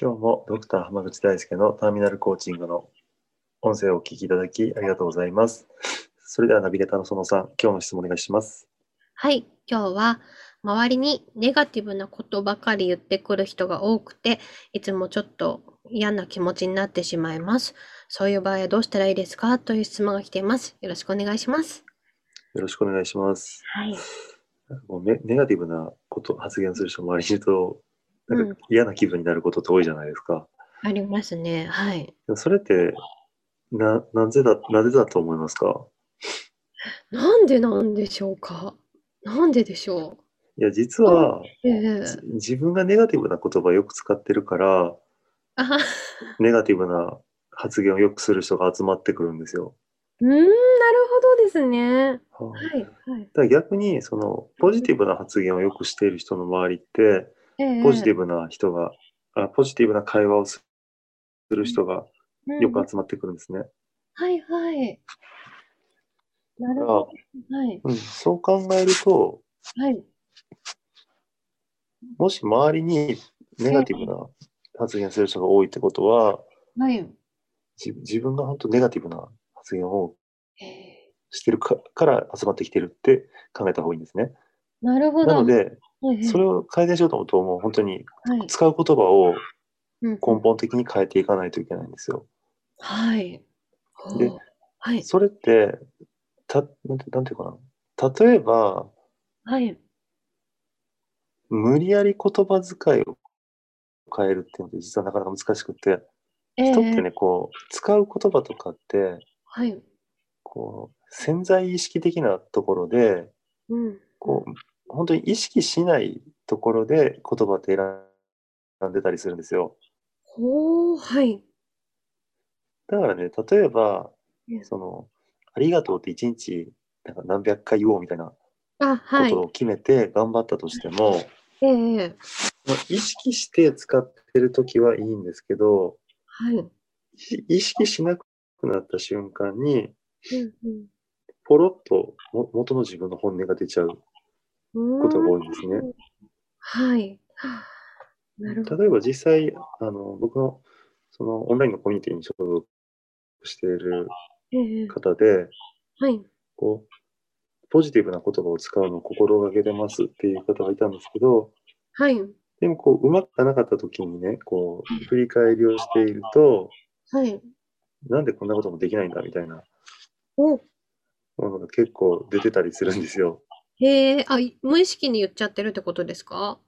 今日もドクター浜口大輔のターミナルコーチングの音声をお聞きいただきありがとうございます。それではナビゲーターの園さん、今日の質問お願いします。はい今日は周りにネガティブなことばかり言ってくる人が多くていつもちょっと嫌な気持ちになってしまいますそういう場合はどうしたらいいですかという質問が来ていますよろしくお願いしますよろしくお願いします。はいなんかこうネネガティブなこと発言する人周りにいると、なうんんか嫌な気分になることって多いじゃないですか。ありますねはいでもそれってな、なぜだ、なぜだと思いますかなんでなんでしょうかなんででしょいや、実は、うええじ自分がネガティブな言葉をよく使ってるから、あはネガティブな発言をよくする人が集まってくるんですよ。うーん、なるほどですね。はあはい、はい。だから逆にそのポジティブな発言をよくしている人の周りってええポジティブな人が、あポジティブな会話をすする人がうんよく集まってくるんですね。はい、はい。なるだほど。からはい、うん、そう考えるとはい。もし周りにネガティブな発言する人が多いってことははい。じ自分が本当ネガティブな発言をええしてるかから集まってきてるって考えた方がいいんですね。なるほど。なのではい、はいそれを改善しようと思うともう本当にはい。使う言葉をうん根本的に変えていかないといけないんですよ。はい。ほうではい、それって、た、なんて、なんていうかな。例えば、はい。無理やり言葉遣いを変えるっていうのって実はなかなか難しくて、ええ人ってね、こう、使う言葉とかって、はい。こう、潜在意識的なところで、うん。こう、本当に意識しないところで言葉って選んでたりするんですよ。ほう、はい。だからね、例えばう、んその、ありがとうって一日、なんか何百回言おうみたいなこあ、はいと。を決めて頑張ったとしても、ええまあ、意識して使ってる時はいいんですけど、はい。うんし意識しなくなった瞬間に、うんポロッとも元の自分の本音が出ちゃううーんことが多いんですね。はい。なるほど。例えば実際、あの、僕の、そのオンラインのコミュニティに所属しているええ方で、はい。こう、ポジティブな言葉を使うのを心がけてますっていう方がいたんですけど、はい。でもこう、うまくいかなかった時にね、こう、振り返りをしていると、はい。なんでこんなこともできないんだみたいなお、ものが結構出てたりするんですよ。へえ、あ、い無意識に言っちゃってるってことですか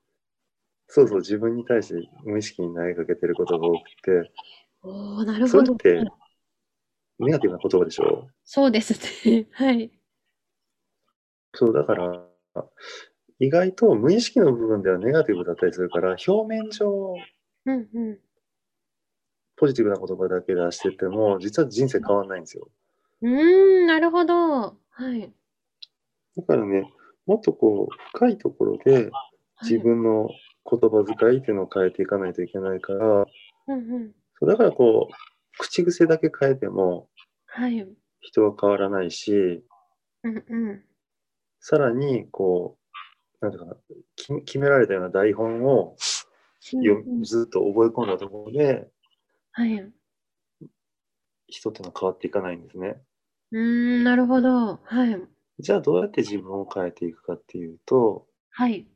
そうそう、自分に対して無意識に投げかけてることが多くおお、なるて、そほれど。ってネガティブな言葉でしょそうですね。 はい。そう、だから、意外と無意識の部分ではネガティブだったりするから、表面上うんうん。ポジティブな言葉だけ出してても、実は人生変わんないんですよ。うーん、なるほど。はい。だからね、もっとこう、深いところで自分の言葉遣いっていうのを変えていかないといけないから、はい。うんうん。そうだからこう、口癖だけ変えてもはい。うん人は変わらないし、うん。さらに、こう、なんていうかな、き決められたような台本をうよんうんずっと覚え込んだところで、はい。う人っていうのは変わっていかないんですね。ーん、なるほど。はい。じゃあ、どうやって自分を変えていくかっていうと、はい。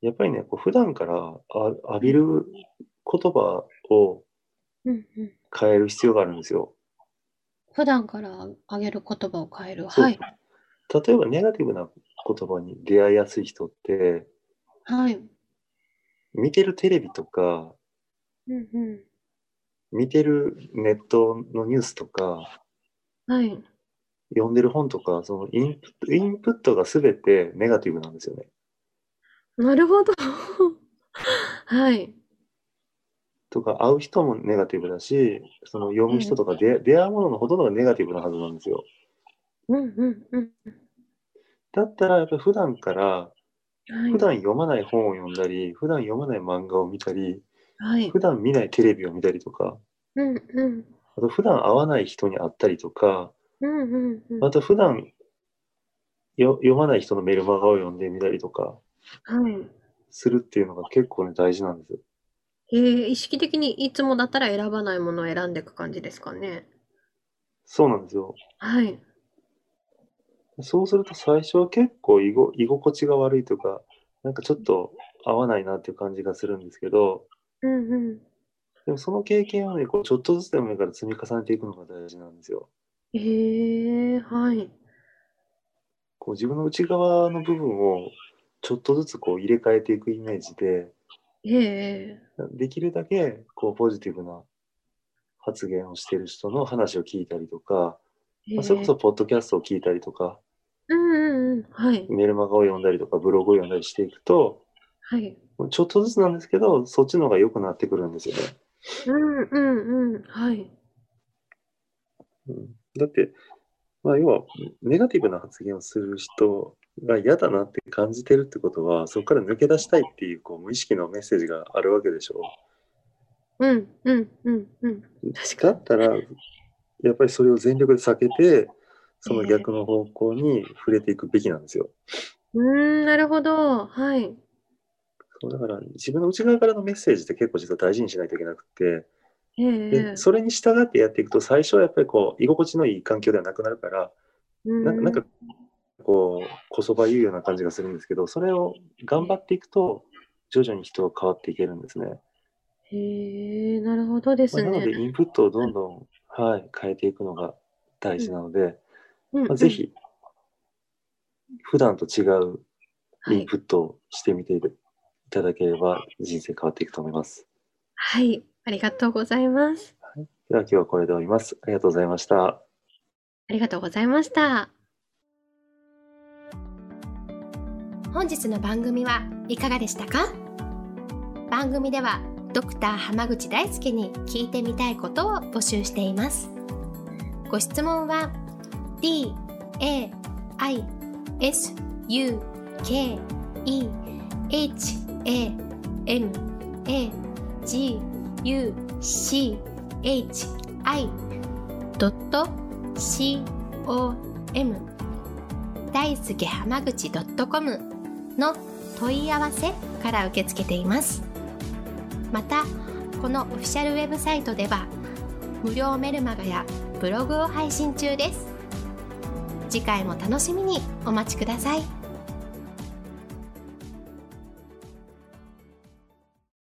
やっぱりね、こう普段からあ浴びる言葉をうんうん。変える必要があるんですよ。普段からあげる言葉を変える。そうはい。例えば、ネガティブな言葉に出会いやすい人って、はい。見てるテレビとか、うんう見てるネットのニュースとか、ん。はい。読んでる本とか、そのインプインプットが全てネガティブなんですよね。なるほど。 はい。とか、会う人もネガティブだし、その読む人とか出,、出会うもののほとんどがネガティブなはずなんですよ。うんうんうん。だったら、やっぱり普段から、はい、普段読まない本を読んだり、普段読まない漫画を見たり、はい。普段見ないテレビを見たりとか、うんうん。あと普段会わない人に会ったりとか、うんうんうん。あはと普段よ読まない人のメルマガを読んでみたりとかするっていうのが結構ね、大事なんですよ。い。えー、意識的にいつもだったら選ばないものを選んでいく感じですかね。そうなんですよ。はい。そうすると最初は結構居ご居心地が悪いとか、なんかちょっと合わないなっていう感じがするんですけど、うんうん。でもその経験をね、こうちょっとずつでもいいから積み重ねていくのが大事なんですよ。えー、はい。こう自分の内側の部分をちょっとずつこう入れ替えていくイメージで、えできるだけこうポジティブな発言をしている人の話を聞いたりとか、ー、まあ、それこそポッドキャストを聞いたりとか、えー。うんうんうん。はい。メルマガを読んだりとか、ブログを読んだりしていくと、はい。ちょっとずつなんですけど、そっちの方が良くなってくるんですよね。うんうんうん。はい。うんだって、まあ、要は、ネガティブな発言をする人が嫌だなって感じてるってことは、そこから抜け出したいっていうこう無意識のメッセージがあるわけでしょうんうんうんうん。う。確かだにったら、やっぱりそれを全力で避けて、その逆の方向に触れていくべきなんですよ。うーん、なるほど。はい。そうだから、自分の内側からのメッセージって結構実は大事にしないといけなくて、ええでそれに従ってやっていくと、最初はやっぱりこう、居心地のいい環境ではなくなるから、ななんか、こう、こそばゆうような感じがするんですけど、それを頑張っていくと、徐々に人は変わっていけるんですね。へえ、なるほどでますあなのね。で、インプットをどんどん、はい、変えていくのが大事なので、うんうまあんぜ。ひ、普段と違うはインい。プットをしてみていただければ、人生変わっていくと思います。はい。ありがとうございます。では、今日はこれで終わります。ありがとうございました。ありがとうございました。本日の番組はいかがでしたか番組ではドクター濱口大輔に聞いてみたいことを募集していますご質問は d a i s u k e h a m a g u c h i c o m 大輔濱口 .com の問い合わせから受け付けていますまたこのオフィシャルウェブサイトでは無料メルマガやブログを配信中です次回も楽しみにお待ちください